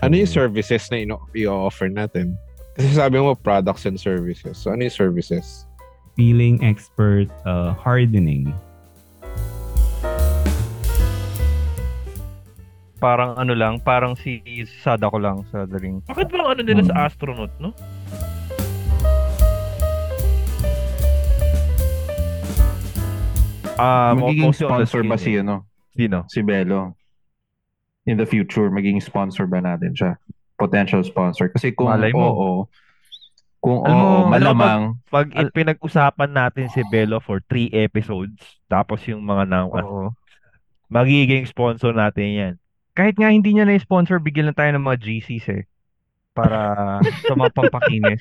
ano yung services na ino- i-offer natin? Kasi sabi mo products and services. So ano yung services? Peeling expert uh, hardening. Parang ano lang, parang si Sada ko lang sa The Ring. Bakit parang ano nila Hmm. sa astronaut, no? Ah, magiging mostly on the sponsor ba skin si eh. ano? Sino? Si Belo? In the future, magiging sponsor ba natin siya? Potential sponsor. Kasi kung Malay mo. oo, kung Alam mo, oo, alam mo, malamang, Pag i- pinag-usapan natin si Belo for three episodes, tapos yung mga nang, Oo. magiging sponsor natin yan. Kahit nga hindi niya na-sponsor, bigyan lang tayo ng mga GCs eh. Para sa mga pampakinis.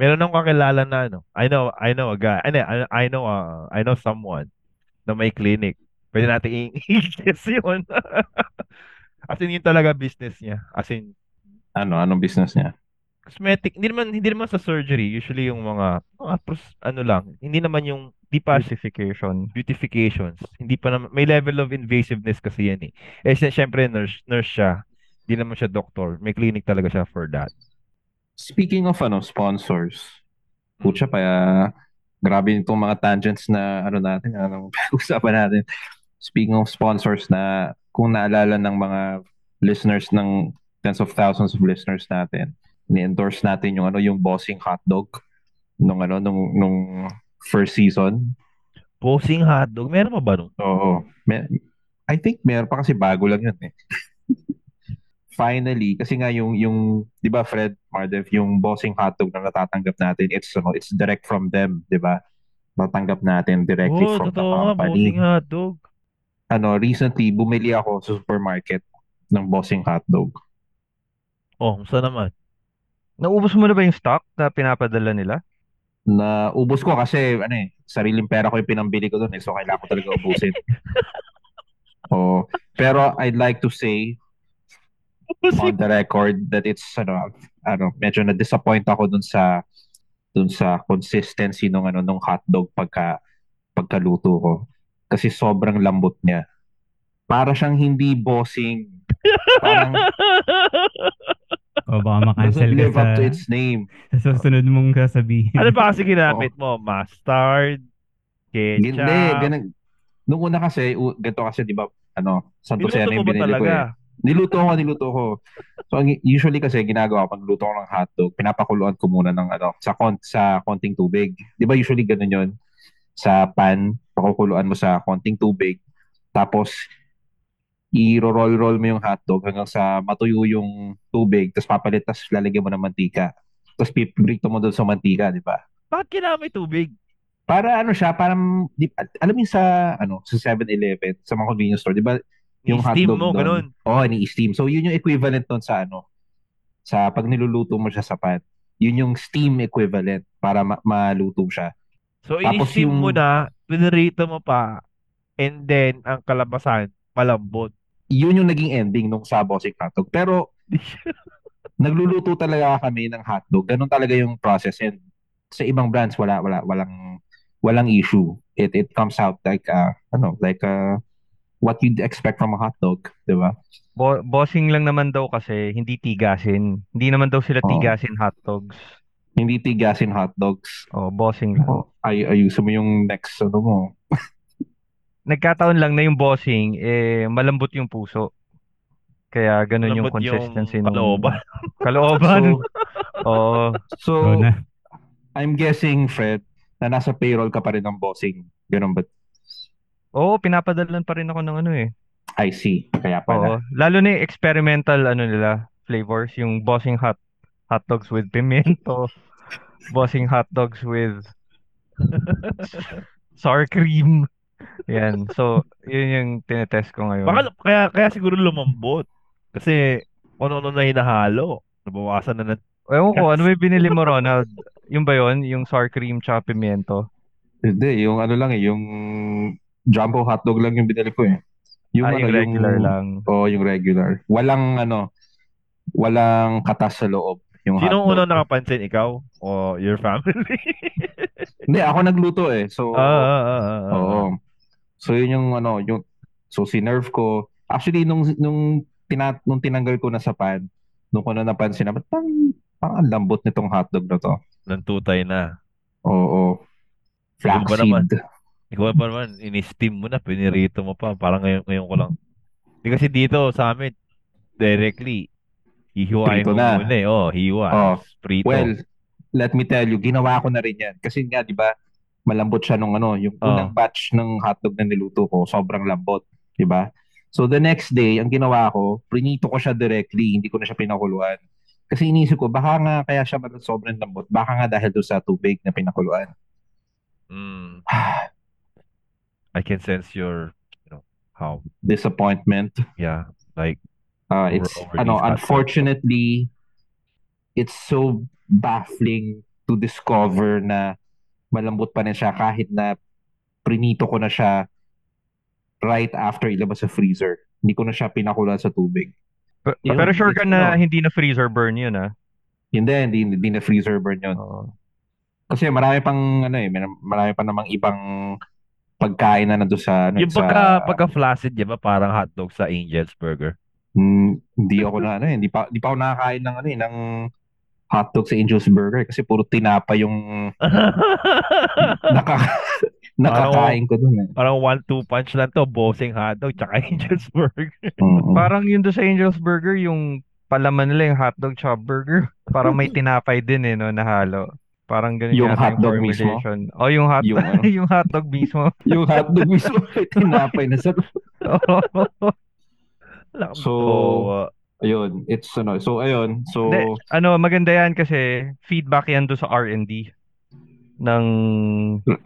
Meron akong kakilala na ano. I know, I know a guy. I know, I know, uh, I know someone na may clinic. Pwede natin i-ingest yun. As in, yun talaga business niya. As in, ano, anong business niya? cosmetic. Hindi naman, hindi naman sa surgery. Usually yung mga, mga pros- ano lang. Hindi naman yung, di pa Pacification. beautifications. Hindi pa naman, may level of invasiveness kasi yan eh. Eh, siya, syempre, nurse, nurse siya. Hindi naman siya doctor. May clinic talaga siya for that. Speaking of ano, sponsors, Pucha, paya, grabe itong mga tangents na ano natin, anong usapan natin. Speaking of sponsors na kung naalala ng mga listeners ng tens of thousands of listeners natin, ni-endorse natin yung ano yung bossing hotdog nung ano nung nung first season. Posing hotdog. Meron pa ba nun? Oo. Mer- I think meron pa kasi bago lang yun eh. Finally, kasi nga yung yung 'di ba Fred Mardev yung bossing hotdog na natatanggap natin, it's ano, it's direct from them, 'di ba? Natatanggap natin directly Oo, from the Oh, totoo nga. company. Posing hotdog. Ano, recently bumili ako sa supermarket ng bossing hotdog. Oh, saan naman? Naubos mo na ba yung stock na pinapadala nila? Na ubos ko kasi ano eh, sariling pera ko yung pinambili ko doon eh, so kailangan ko talaga ubusin. Oo. pero I'd like to say on the record that it's ano ano medyo na disappoint ako dun sa dun sa consistency nung ano nung hotdog pagka pagkaluto ko kasi sobrang lambot niya. Para siyang hindi bossing. Parang O baka makancel ka doesn't live sa, up to its name. sa susunod mong sasabihin. Ano ba kasi ginamit mo? Mustard? Ketchup? Hindi, ganun. Nung una kasi, u- ganito kasi, di ba, ano, Santo Niluto Sena mo yung ba binili ko talaga? eh. Niluto ko, niluto ko. So, ang usually kasi ginagawa ko, pag luto ko ng hotdog, pinapakuluan ko muna ng, ano, sa, kon sa konting tubig. Di ba usually ganun yun? Sa pan, pakukuluan mo sa konting tubig. Tapos, i-roll-roll mo yung hotdog hanggang sa matuyo yung tubig. Tapos papalit, tapos lalagyan mo ng mantika. Tapos piprito mo doon sa mantika, di ba? Bakit ginamit tubig? Para ano siya, parang, di, alam mo yung sa, ano, sa 7-Eleven, sa mga convenience store, di ba? Yung I-steam hotdog mo, doon. ganun. Oo, ni-steam. So, yun yung equivalent nun sa ano, sa pag niluluto mo siya sa pan. Yun yung steam equivalent para ma- maluto siya. So, Tapos i-steam mo yung- na, pinirito mo pa, and then, ang kalabasan, malambot. Yun yung naging ending nung sa Bossing Hotdog. Pero, nagluluto talaga kami ng hotdog. Ganun talaga yung process. And sa ibang brands, wala, wala, walang, walang issue. It, it comes out like, uh, ano, like, uh, what you'd expect from a hotdog, di ba? Bo- bossing lang naman daw kasi, hindi tigasin. Hindi naman daw sila Oo. tigasin hotdogs. Hindi tigasin hotdogs. Oh, bossing lang. Oh, ay ayusin mo yung next ano mo. Nagkataon lang na yung bossing, eh, malambot yung puso. Kaya ganun yung Malambot yung consistency ng kalooban. Kalooban. Oo. Go So, so na. I'm guessing Fred na nasa payroll ka pa rin ng bossing. Ganun ba? Oo, pinapadalan pa rin ako ng ano eh. I see. Kaya Oo. pala. Lalo na yung experimental ano nila, flavors, yung bossing hot hot dogs with pimento, bossing hot dogs with sour cream. Yan. So, yun yung tinetest ko ngayon. Baka, kaya, kaya siguro lumambot. Kasi, kung ano na hinahalo. Nabawasan na natin. Ewan ko, ano may binili mo, Ronald? Yung ba yun? Yung sour cream tsaka pimento? Hindi, yung ano lang eh, yung jumbo hotdog lang yung binili ko eh. Yung ah, ano, yung regular yung, lang. Oo, yung regular. Walang ano, walang katas sa loob. Yung Sinong hotdog. unang nakapansin? Ikaw? O your family? Hindi, ako nagluto eh. So, Ah, ah, ah, ah, ah. Oo. So yun yung ano, yung so sinerve ko. Actually nung nung tina, nung tinanggal ko na sa pan, nung ko na napansin na, ba't parang, parang ang lambot nitong hotdog na to. Nantutay na. Oo. Ano ba naman? Flaxseed. Ikaw pa naman, in-steam mo na, pinirito mo pa. Parang ngayon, ngayon ko lang. Hindi kasi dito sa amin, directly, hihiwain Prito mo na. muna eh. Oh, hiwa. Oh. Prito. Well, let me tell you, ginawa ko na rin yan. Kasi nga, di ba, malambot siya nung ano, yung Oo. unang batch ng hotdog na niluto ko, sobrang lambot, di ba? So the next day, ang ginawa ko, prinito ko siya directly, hindi ko na siya pinakuluan. Kasi inisip ko, baka nga kaya siya malang sobrang lambot, baka nga dahil doon sa tubig na pinakuluan. Mm. I can sense your, you know, how, Disappointment. yeah, like, Uh, Over- it's, over ano, these hotdogs. unfortunately, it's so baffling to discover na malambot pa rin siya kahit na prinito ko na siya right after ilabas sa freezer. Hindi ko na siya pinakulan sa tubig. Pero, Yun, pero sure ka it's- na no. hindi na freezer burn yun, ah. ha? Hindi, hindi, hindi na freezer burn yun. Kasi marami pang, ano eh, mar- marami pa namang ibang pagkain na nandun sa, ano, yung sa, pagka, pagka-flaccid, di ba? Parang hotdog sa Angel's Burger. Mm, hindi ako na, ano eh, hindi pa, hindi pa ako nakakain ng, ano eh, ng hotdog sa Angel's Burger kasi puro tinapa yung Naka, nakakain ko dun eh. Parang one-two punch lang to. Bossing hotdog, tsaka Angel's Burger. Mm-mm. Parang yun doon sa Angel's Burger, yung palaman nila yung hotdog chop burger. Parang may tinapay din eh, no, nahalo. Parang ganun Yung yata hotdog mismo? formulation. Oh, yung hot Yung yung, ano? hotdog mismo. yung hotdog mismo ay tinapay na sa Alam So, ko, uh, Ayun, it's ano. So ayun, so Hindi, ano, maganda yan kasi feedback yan doon sa R&D ng Hmm. ng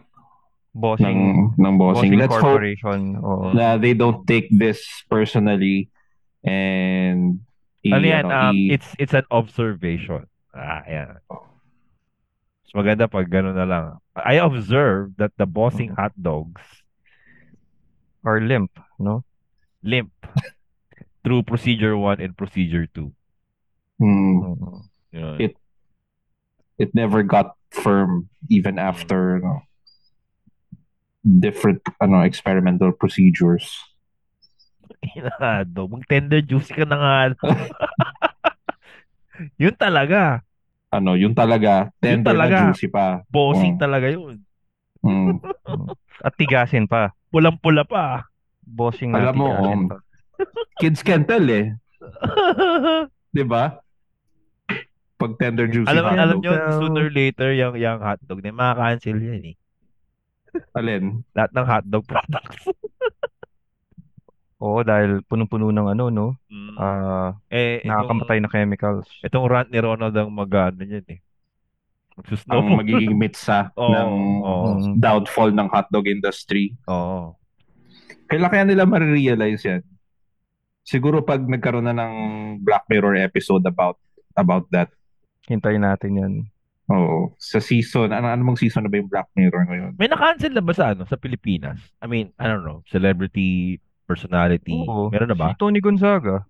bossing, ng bossing. bossing Let's hope corporation. Oo. na they don't take this personally and i- ano yan? ano, um, i- it's, it's an observation. Ah, ayan. Mas maganda pag gano'n na lang. I observed that the bossing Mm-hmm. hotdogs Or limp. limp through procedure 1 and procedure 2. mm, Oo. Yun. It- it never got firm even after ano, different ano experimental procedures. Inado. Mag-tender juicy ka na nga. yun talaga. Ano, yun talaga Yun tender talaga. na juicy pa. Bossing Oo. talaga yun. Mm. At tigasin pa. Pulang-pula pa. Bossing na Alam mo, tigasin um, pa. Kids can tell eh, 'di ba? Pag tender juicy alam hotdog. alam nyo, Well- sooner or later, yung, yung hotdog na makakancel yan eh. Alin? Lahat ng hotdog products. Oo, dahil punong-puno ng ano, no? Mm. Ah, eh, nakakamatay na chemicals. Itong, itong rant ni Ronald ang mag-ano yan eh. Magsusnow. ang magiging mitsa Oo, ng oo. Mm-hmm. downfall ng hotdog industry. Oo. Kailan kaya nila marirealize yan? Siguro pag nagkaroon na ng Black Mirror episode about about that. Hintayin natin yan. Oo. Sa season, ano anong season na ba yung Black Mirror ngayon? May na-cancel na ba sa ano? Sa Pilipinas? I mean, I don't know. Celebrity, personality. Oo. Meron na ba? Si Tony Gonzaga.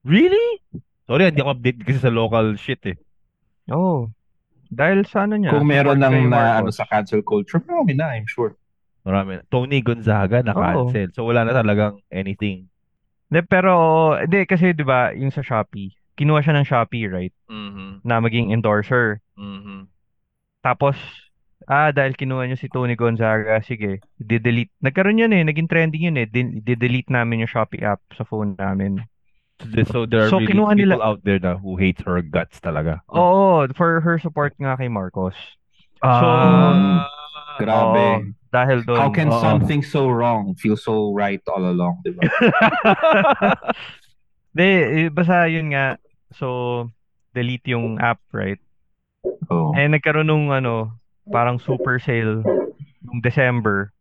Really? Sorry, hindi ako update kasi sa local shit eh. Oo. Dahil sa ano niya? Kung sa meron work kay ng na, ano Marcos. sa cancel culture, marami na, I'm sure. Marami na. Tony Gonzaga na-cancel. So wala na talagang anything. Hindi, pero, hindi, kasi di ba yung sa Shopee, kinuha siya ng Shopee, right? Mm-hmm. Na maging endorser. Mm-hmm. Tapos, ah, dahil kinuha niyo si Tony Gonzaga, sige, i-delete. Nagkaroon yun eh, naging trending yun eh, din- i-delete namin yung Shopee app sa phone namin. So, th- so there are So, really kinuha people nila- Oh. out there na who hates her guts talaga. Oo, for her support nga kay Marcos. Ah. Oo, Grabe. dahil doon. How can oo. something so wrong feel so right all along, di ba? Hindi, eh, basta yun nga. So, delete yung app, right? Oo. Eh, nagkaroon nung ano, parang super sale nung December.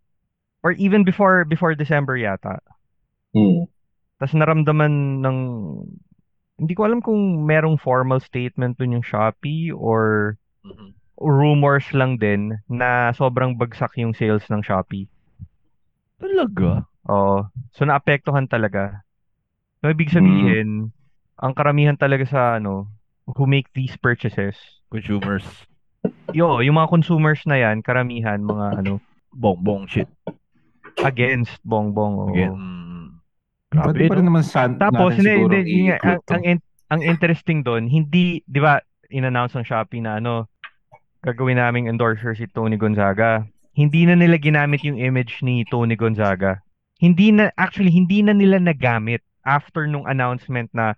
Or even before before December yata. Mm. Tapos naramdaman ng... Hindi ko alam kung merong formal statement dun yung Shopee or Mhm. rumors lang din na sobrang bagsak yung sales ng Shopee. Talaga? Oo. So naapektuhan talaga. So ibig sabihin, ang karamihan talaga sa ano, who make these purchases. Consumers. Yo, yung mga consumers na yan, karamihan mga ano, Bongbong shit. against bongbong. oo. Again. Mm. Pwede Grabe, pa no? rin naman san, Tapos, natin hindi, siguro hindi, yun nga, ang, i-include to. ang, in- ang interesting doon, hindi, di ba, in-announce ng Shopee na ano, gagawin naming endorser si Tony Gonzaga. Hindi na nila ginamit yung image ni Tony Gonzaga. Hindi na, actually, hindi na nila nagamit after nung announcement na,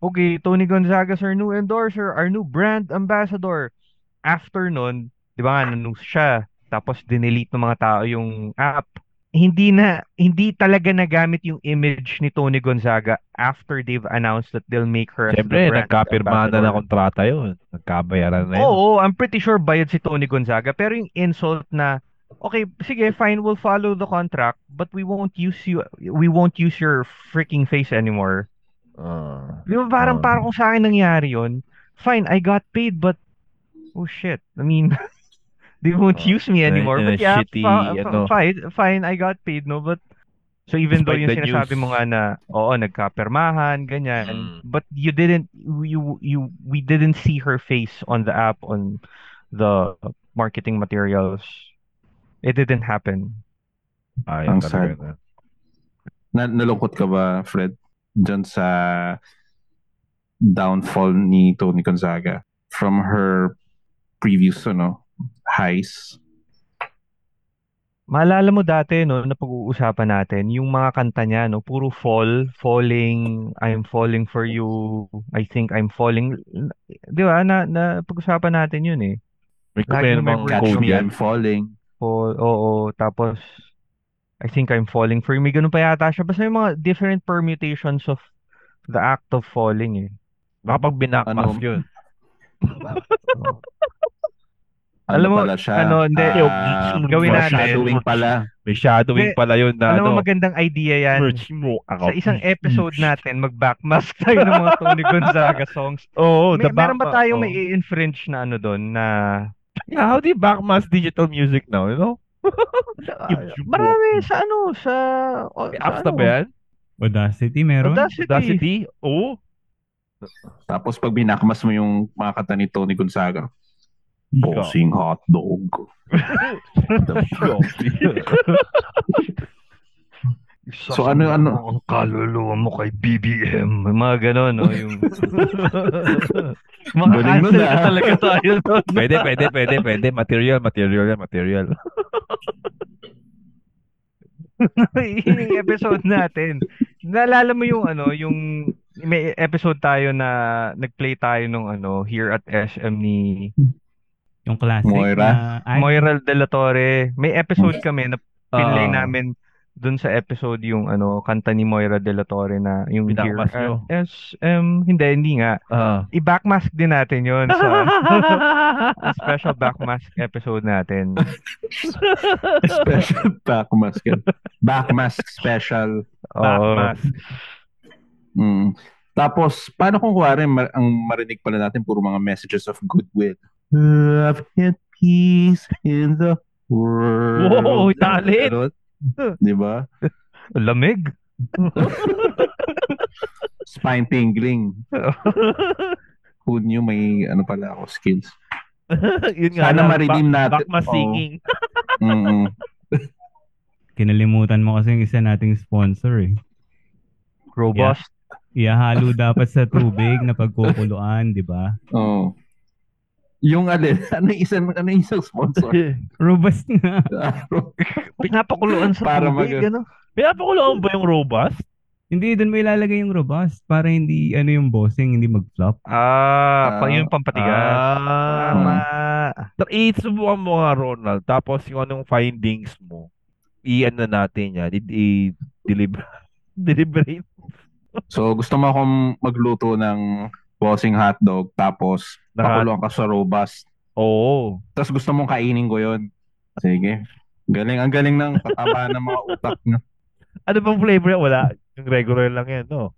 okay, Tony Gonzaga is our new endorser, our new brand ambassador. After nun, di ba nga, nanus siya. Tapos, dinelete ng mga tao yung app hindi na hindi talaga nagamit yung image ni Tony Gonzaga after they've announced that they'll make her as the brand Siyempre, nagkapirma na ambassador. ng kontrata yun. Nagkabayaran na yun. Oo, I'm pretty sure bayad si Tony Gonzaga pero yung insult na okay, sige, fine, we'll follow the contract but we won't use you we won't use your freaking face anymore. Ah. Di ba parang Oo. parang kung sa akin nangyari yon fine, I got paid but oh shit, I mean they won't Oo. use me In a- anymore. Oh, in a but yeah, shitty, fa- fa- ano. fine, fine, I got paid, no? But so even though yung Despite the sinasabi news. mo nga na oo, nagkapermahan, ganyan, Mm. but you didn't you you we didn't see her face on the app on the marketing materials. It didn't happen. Ay, Ang sad. talaga na. Na, nalungkot ka ba, Fred, dyan sa downfall ni Tony Gonzaga from her previous ano, highs? Maalala mo dati, no, na pag-uusapan natin, yung mga kanta niya, no, puro fall, falling, I'm falling for you, I think I'm falling. Di ba? Na, na pag-usapan natin yun eh. May Lagi na kumain may mga word. Catch code me, yan. I'm falling. Fall, oo, tapos I think I'm falling for you. May ganun pa yata siya. Basta may mga different permutations of the act of falling eh. Baka pag binakmas Ano? yun. Ano Alam mo, pala siya? ano, hindi. Ah, Gawin natin. foreshadowing pala. May shadowing Hindi. pala yun na Alam mo, ano. magandang idea yan. merch mo ako. Hmm. Sa isang e- episode natin, mag-backmask tayo ng mga Tony Gonzaga songs. Oo, May, Oh, the meron ba backma- tayong oo. may i-infringe na ano doon na Yeah, how do you backmask digital music now, you know? YouTube. ah, marami sa ano sa o, May sa apps na ano, ba yan? Audacity meron? Audacity. Audacity? Oh, Oo. Tapos pag binakmas mo yung mga kata ni Tony Gonzaga, bossing hot dog. So, ano- ano? Ang kaluluwa mo kay BBM. May mga ganon, no? Yung... Galing nun, Maka-cancel na ah. talaga tayo doon. pwede, pwede, pwede, pwede. Material, material yan, material. yung episode natin. Naalala mo yung ano, yung may episode tayo na nag-play tayo nung ano, here at SM ni Yung classic Moira? na... Ay, Moiral de la Torre. May episode kami na pinlay Ah. namin dun sa episode yung ano, kanta ni Moira de la Torre na yung here Binakas nyo. at SM. Hindi, hindi nga. Ah. I-backmask din natin yon sa special backmask episode natin. special backmask. yun. Backmask special. Oo. Backmask. Mm. Tapos, paano kung kuwari, mar- ang marinig pala natin puro mga messages of goodwill? Love and peace in the world. Wow, talent! Ganun. Di ba? Lamig. Spine tingling. Who knew may ano pala ako, skills. Yun nga. Sana lang, ma-redeem back- natin. Backmask Oo. singing. Mm-mm. Kinalimutan mo kasi yung isa nating sponsor eh. Robust. Iahalo dapat sa tubig na pagkukuluan, di ba? Oo. Yung alin, ano yung isang, ano yung isang sponsor? Robust nga. Pinapakuluan sa Para tubig, mag- ano? Pinapakuloan ba yung robust? Hindi, doon mo ilalagay yung robust para hindi ano yung bossing, hindi mag-flop. Ah, pa, Ah, yun pampatigas. Ah. Tama. Tra- Isubukan mo nga, Ronald. Tapos yung anong findings mo, i-ano natin yan, i-deliver. Deliberate. so, gusto mo akong magluto ng bossing hotdog, tapos Naka- pakulong ka sa robust. Oo. Tapos gusto mong kainin ko yon. Sige. Galing. Ang galing ng tataba ng mga utak nyo. Ano bang flavor yan? Wala. Yung regular lang yan, no?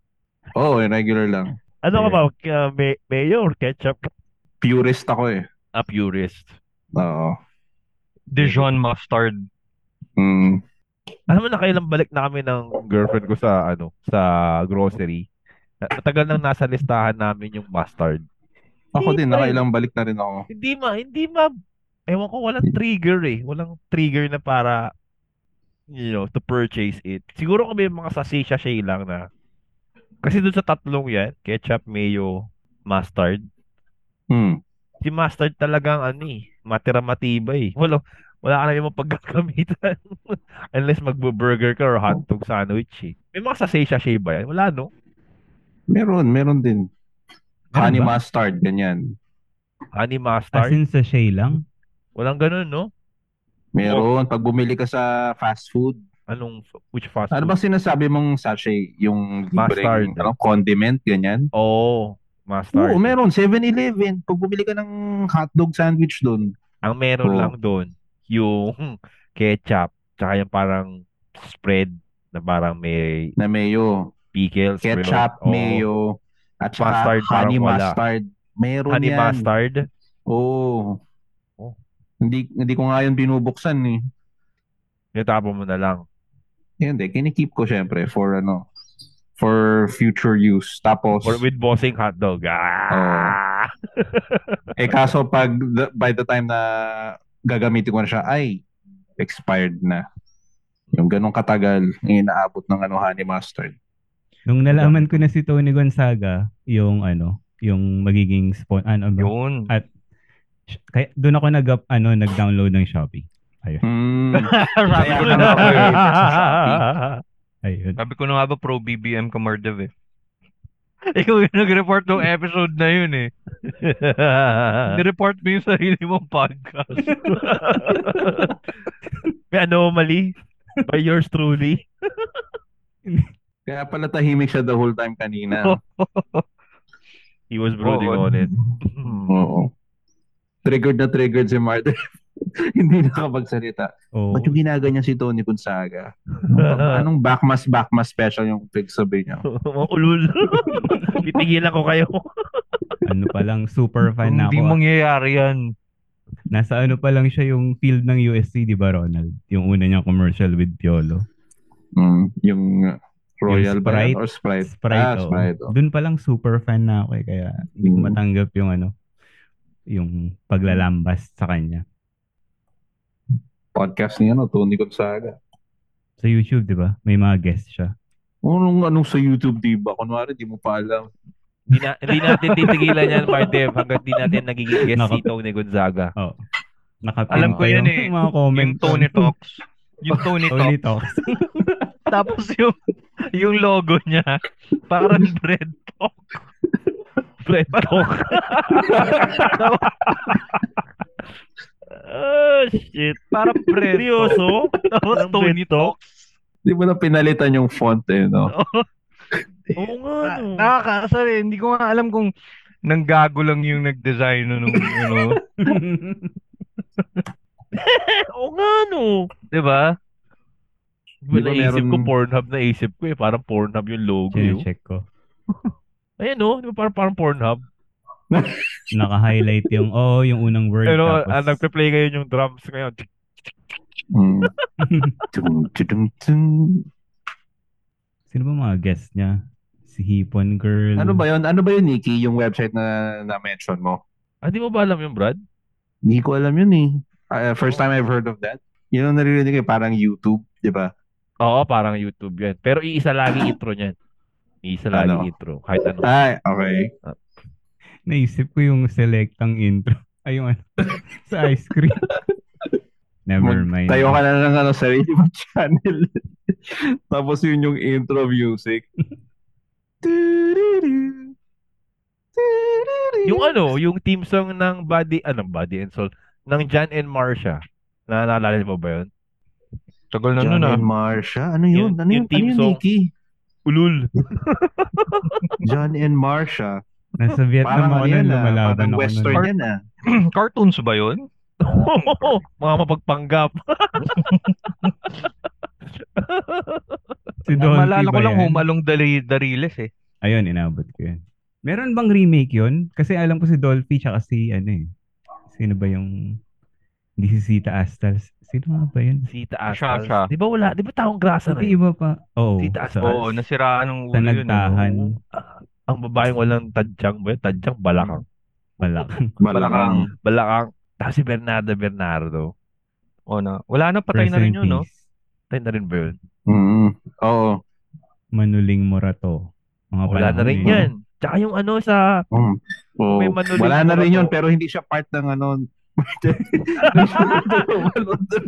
Oo, oh, regular lang. Ano ka ba? Uh, may- mayo or ketchup? Purist ako eh. A purist. Oo. Dijon mustard. Mm. Alam mo na kailang balik na kami ng girlfriend ko sa ano sa grocery. Na- Matagal nang nasa listahan namin yung mustard. Ako Hindi din, pa eh. nakailang balik na rin ako. Hindi ma, hindi ma, ewan ko, walang trigger eh. Walang trigger na para you know, to purchase it. Siguro kung may mga sa sachet lang na. Kasi dun sa tatlong yan, ketchup, mayo, mustard. Hmm. Si mustard talagang ano eh, matira matibay. Wala, wala ka na yung pagkakamitan. Unless magbo-burger ka or hotdog sandwich eh. May mga sa sachet ba yan? Wala no? Meron, meron din. Meron Honey Ano ba? mustard, ganyan. Honey As mustard? in sachet lang? Walang ganun no? Oh. Meron. Pag bumili ka sa fast food, Anong, which fast ano food? bang sinasabi mong sachet? Yung Mustard. libreng ano, condiment, ganyan? Oo, mustard. Oo, meron. 7-Eleven. Pag bumili ka ng hotdog sandwich doon, Ang meron Oo. lang doon, yung ketchup, tsaka yung parang spread na parang may na mayo, pickles. may- ketchup, oo. mayo, at saka Mustard, parang honey wala. mustard. Meron Honey yan. mustard. Oo. Oh. Hindi, hindi ko nga yun binubuksan eh. Natapo mo na lang. Yan, de, kinikip ko syempre for ano, for future use. Tapos, oh. Or with bossing Oh. hotdog. Ah! eh kaso pag, the- by the time na gagamitin ko na siya, ay, expired na. Yung ganong katagal, yung inaabot ng ano, honey mustard. Nung nalaman ko na si Tony Gonzaga, yung ano, yung magiging spawn, ano ba? Yun. Sh- Kaya doon ako nag ano, nag-download ng Shopee. Sabi ko Mm. na Kaya ka nga, na- Ayun. sabi ko na nga ba pro BBM ka Mardev eh. Ikaw yung nag-report ng episode na yun eh. Ah, Nireport mo yung sarili mong podcast. May anomaly by yours truly. Kaya pala tahimik siya the whole time kanina. He was brooding Oo. on it. Oo. Triggered na triggered si Martin. Hindi nakapagsalita. Oo. Ba't yung ginaganyan si Tony Gonzaga? Anong backmas backmas special yung pagsabi niya? Mga ulul. Pitigilan ko kayo. ano pa lang, super fan na Hindi ako. ah. mangyayari yan. Nasa ano pa lang siya yung field ng USC, di ba Ronald? Yung una niyang commercial with Piolo. Mm, yung uh, Royal Yung ba yan? Sprite. or Sprite? Sprite. Ah, oo. Sprite. oh. Doon pa lang super fan na ako eh, kaya hindi ko Mm. matanggap yung ano, yung paglalambas sa kanya. Podcast niya, no? Tony Gonzaga. Sa YouTube, di ba? May mga guest siya. Oh, nung anong sa YouTube, di ba? Kunwari, di mo pa alam. Hindi, na, hindi natin titigilan yan, Martev, hanggat di natin nagiging guest Nako. si Tony Gonzaga. Oo. Nakapin Alam ko pa yan yung eh. Mga comment. Yung Tony Talks. Yung Tony Tony Talks. Talks. Tapos yung yung logo niya. Parang bread talk. Bread talk. oh, shit. Parang bread talk. Seryoso? Tapos Parang Tony bread talk? Talks. Di ba na pinalitan yung font, eh, no? Oo nga, Na- no. Nakakasar eh. Hindi ko nga alam kung nanggago lang yung nag-design nun, nung, ano. you know. Oo nga, no. Diba? Di Di ba ba naisip ko, meron- Pornhub naisip ko eh. Parang Pornhub yung logo. eh. Sine-check ko. Ayan, no. Di ba parang, parang Pornhub? Naka-highlight yung, oh, yung unang word. Pero tapos, ah, nagpe-play ngayon yung drums ngayon. Mm. Tung, tudung, tung. sino ba mga guest niya? Si Hipon Girl. Ano ba yun? Ano ba yun, Nikki? Yung website na na-mention mo? Ah, di mo ba alam yung Brad? Hindi ko alam yun eh. Ah, first time I've heard of that. Yun ang naririnig ko eh, parang YouTube, di ba? Oo, parang YouTube yan. Pero iisa lagi intro niyan. Iisa lagi Ano? intro. Kahit ano. Ay, okay. Naisip ko yung selectang intro. Ay, yung ano. sa ice cream. Never mind. Tayo ka na lang ng ano, sarili mong channel. Tapos yun yung intro music. Tururu. Tururu. Yung ano, yung team song ng Body, ano, Body and Soul, ng Jan and Marsha. Na naalala mo ba yun? Tagal na John nun ah. and Marsha. Ano yun? Yun- ano yun, yung ano theme yun song. Nikki? Ulul. John and Marsha. Nasa Parang Vietnam ako ano nung yan ah. lumalaban Parang ako. western nun. yan ah. Cartoons ba yun? Mga mapagpanggap. Si Dolphy Malala Ah, ko ba lang yan? humalong dali, dariles eh. Ayun, inabot ko yun. Meron bang remake yun? Kasi alam ko si Dolphy tsaka si ano eh. Sino ba yung... Hindi si Sita Astal. Sino nga ba yun? Sita Siya, Astals. siya. Di ba wala? Di ba taong grasa na Hindi yun? iba pa. Oo. Sita Astal. sa- Oo, nasiraan ng Sa ulo yun. eh. nagtahan. Ah, ang babaeng walang tadyang ba yun? Tadyang balakang. Malakang. Malakang. Balakang. Tapos si Bernardo Bernardo. Oo na. Wala na, patay Rest na rin in yun, no? peace. Tayo na rin ba yun? Mm. Oo. Manuling Morato. Mga Wala na panahon rin yun. yan. Tsaka yung ano sa... Mm. Oo. May manuling Wala na rin morato. yun, pero hindi siya part ng ano.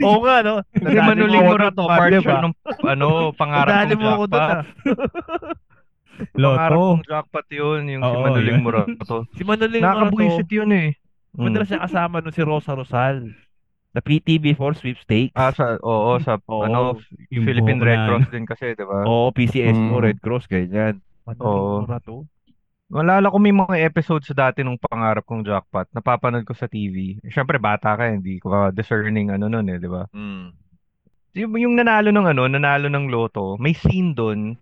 Oo nga, no? Hindi Nadali manuling mo mo ako na dun, to. pare, Part di siya ba? ng ano, pangarap Nadali kong mo ako dun, jackpot. ah. Pangarap Loto. kong jackpot yun, yung si Oo, Manuling yun. Morato. Si Manuling Morato. Nakakabuisit yun eh. Mm. Madalas siya kasama nun si Rosa Rosal. Na PTB for sweepstakes. Ah, sa, oo, sa Oo. ano, Yung Philippine buhok Red na- ano. Cross din kasi, di ba? Oo, PCSO, Mm. Red Cross, ganyan. Oo. Manuling Morato. Malala ko may mga episodes dati nung pangarap kong jackpot. Napapanood ko sa TV. Siyempre, bata ka, eh, hindi ko ka discerning ano nun eh, di ba? Mm. Yung, yung nanalo ng ano, nanalo ng loto, may scene doon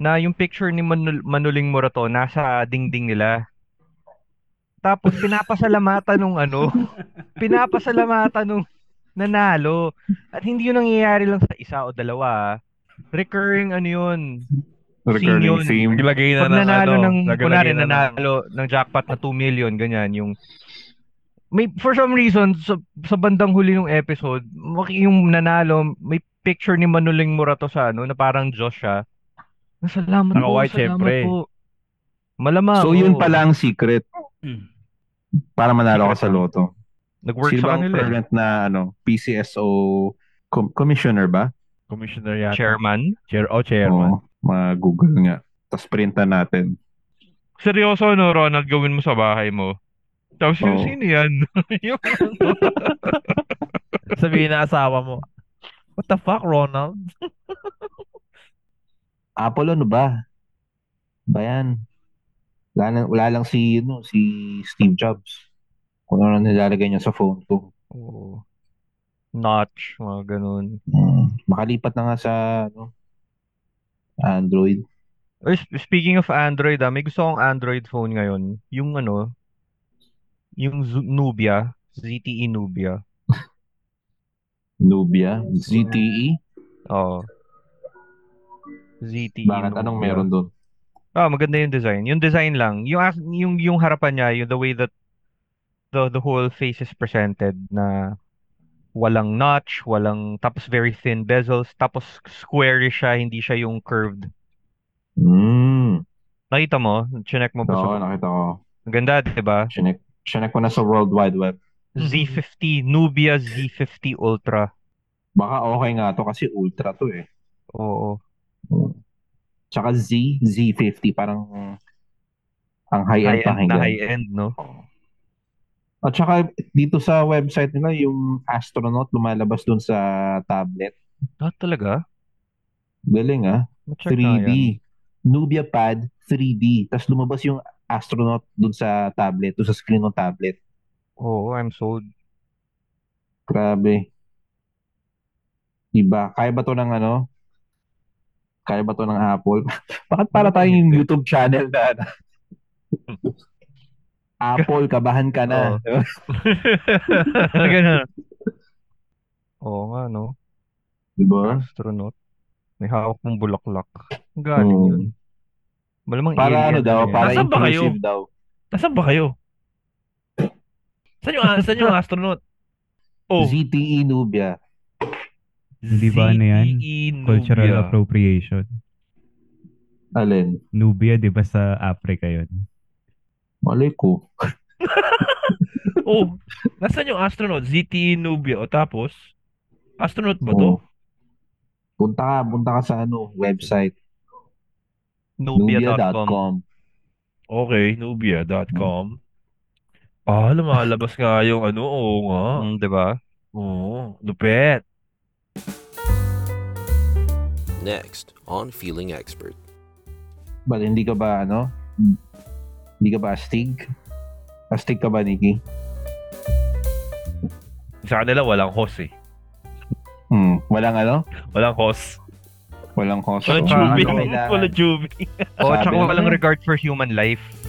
na yung picture ni Manul- Manuling Morato nasa dingding nila. Tapos pinapasalamatan nung ano, pinapasalamatan nung nanalo. At hindi yun nangyayari lang sa isa o dalawa. ah. Recurring ano yun. Scene yun. Recurring theme. Naglagay ano, Pag nanalo ng, naglagay kunwari na ng- nanalo ng jackpot na 2 million, ganyan, yung may for some reason sa, sa bandang huli ng episode, maki- yung nanalo, may picture ni Manuling Morato sa ano na parang Diyos siya. Salamat po, Nakaway, salamat syempre. po. Malama So ako. yun pala ang secret para manalo ka sa loto. Nag-work Sino sa ba ang kanila. eh. current na ano, PCSO com- commissioner ba? Commissioner yata. Chairman. Chair, oh, chairman. Oo, mag-google nga. Tapos printan natin. Seryoso no, Ronald, gawin mo sa bahay mo. Tapos Oo. yan? yung Sabihin na asawa mo, What the fuck, Ronald? Apple ano ba? Bayan. Wala, lang, wala lang si, ano, si Steve Jobs. Kung ano nilalagay niya sa phone ko. Oo. Notch, mga ganun. Mm, makalipat na nga sa ano, Android. Or sp- speaking of Android, ah, may gusto akong Android phone ngayon. Yung ano, yung Z- Nubia, ZTE Nubia. Nubia. E? ZTE. Oo. ZTE E Bakit? Nubia. Anong meron doon? Ah, maganda yung design. Yung design lang, yung as- yung yung harapan niya, yung the way that the the whole face is presented na walang notch, walang tapos very thin bezels, tapos squarish siya, hindi siya yung curved. Mm. Nakita mo? Chinek mo ba Oo, sa nakita ko. Ang ganda, 'di ba? Chinek, chinek ko na sa World Wide Web. Mm-hmm. Z50, Nubia Z50 Ultra. Baka okay nga to kasi ultra to eh. Oo. Tsaka Z, Z50 parang ang High-end high-end na pakinggan. high-end, no? At saka dito sa website nila, yung astronaut lumalabas dun sa tablet. Ah, talaga? Galing ah. Macheck na yan. 3D. Nubia Pad 3D. Tapos lumabas yung astronaut dun sa tablet, dun sa screen ng tablet. Oo, I'm sold. Grabe. Iba. Kaya ba to ng ano? Kaya ba to ng Apple? Bakit para tayong YouTube channel na ano? Apple, kabahan ka na. Ganun. Oo nga, no? Diba? Astronaut. May hawak mong bulaklak. Ang galing Oo. yun. Malamang alien Hmm. Para ano daw, yan. para Nasaan ba kayo? inclusive daw. Nasaan ba kayo? Saan yung, saan yung astronaut? Oh, ZTE E Nubia. Hindi ba ano yan? ZTE Cultural E Nubia. appropriation. Alin? Nubia, di ba sa Africa yun? Malay ko. Oh, nasaan yung astronaut? ZTE Nubia. O tapos, astronaut ba Ano to? Oh, Oo. Punta ka, punta ka sa ano, website. Nubia.com. Nubia.com. Okay, nubia.com. Ah, lumalabas nga yung ano, oo nga. Mm, di ba? Oo, lupet. Next on Feeling Expert. But hindi ka ba ano? Hindi ka ba astig? Astig ka ba, Nikki? Sa kanila, walang host eh. Hmm. Walang ano? Walang host. Walang host. Walang So, tubig. ano kailangan? Walang tubig. Oo, tsaka Sabi. walang regard for human life.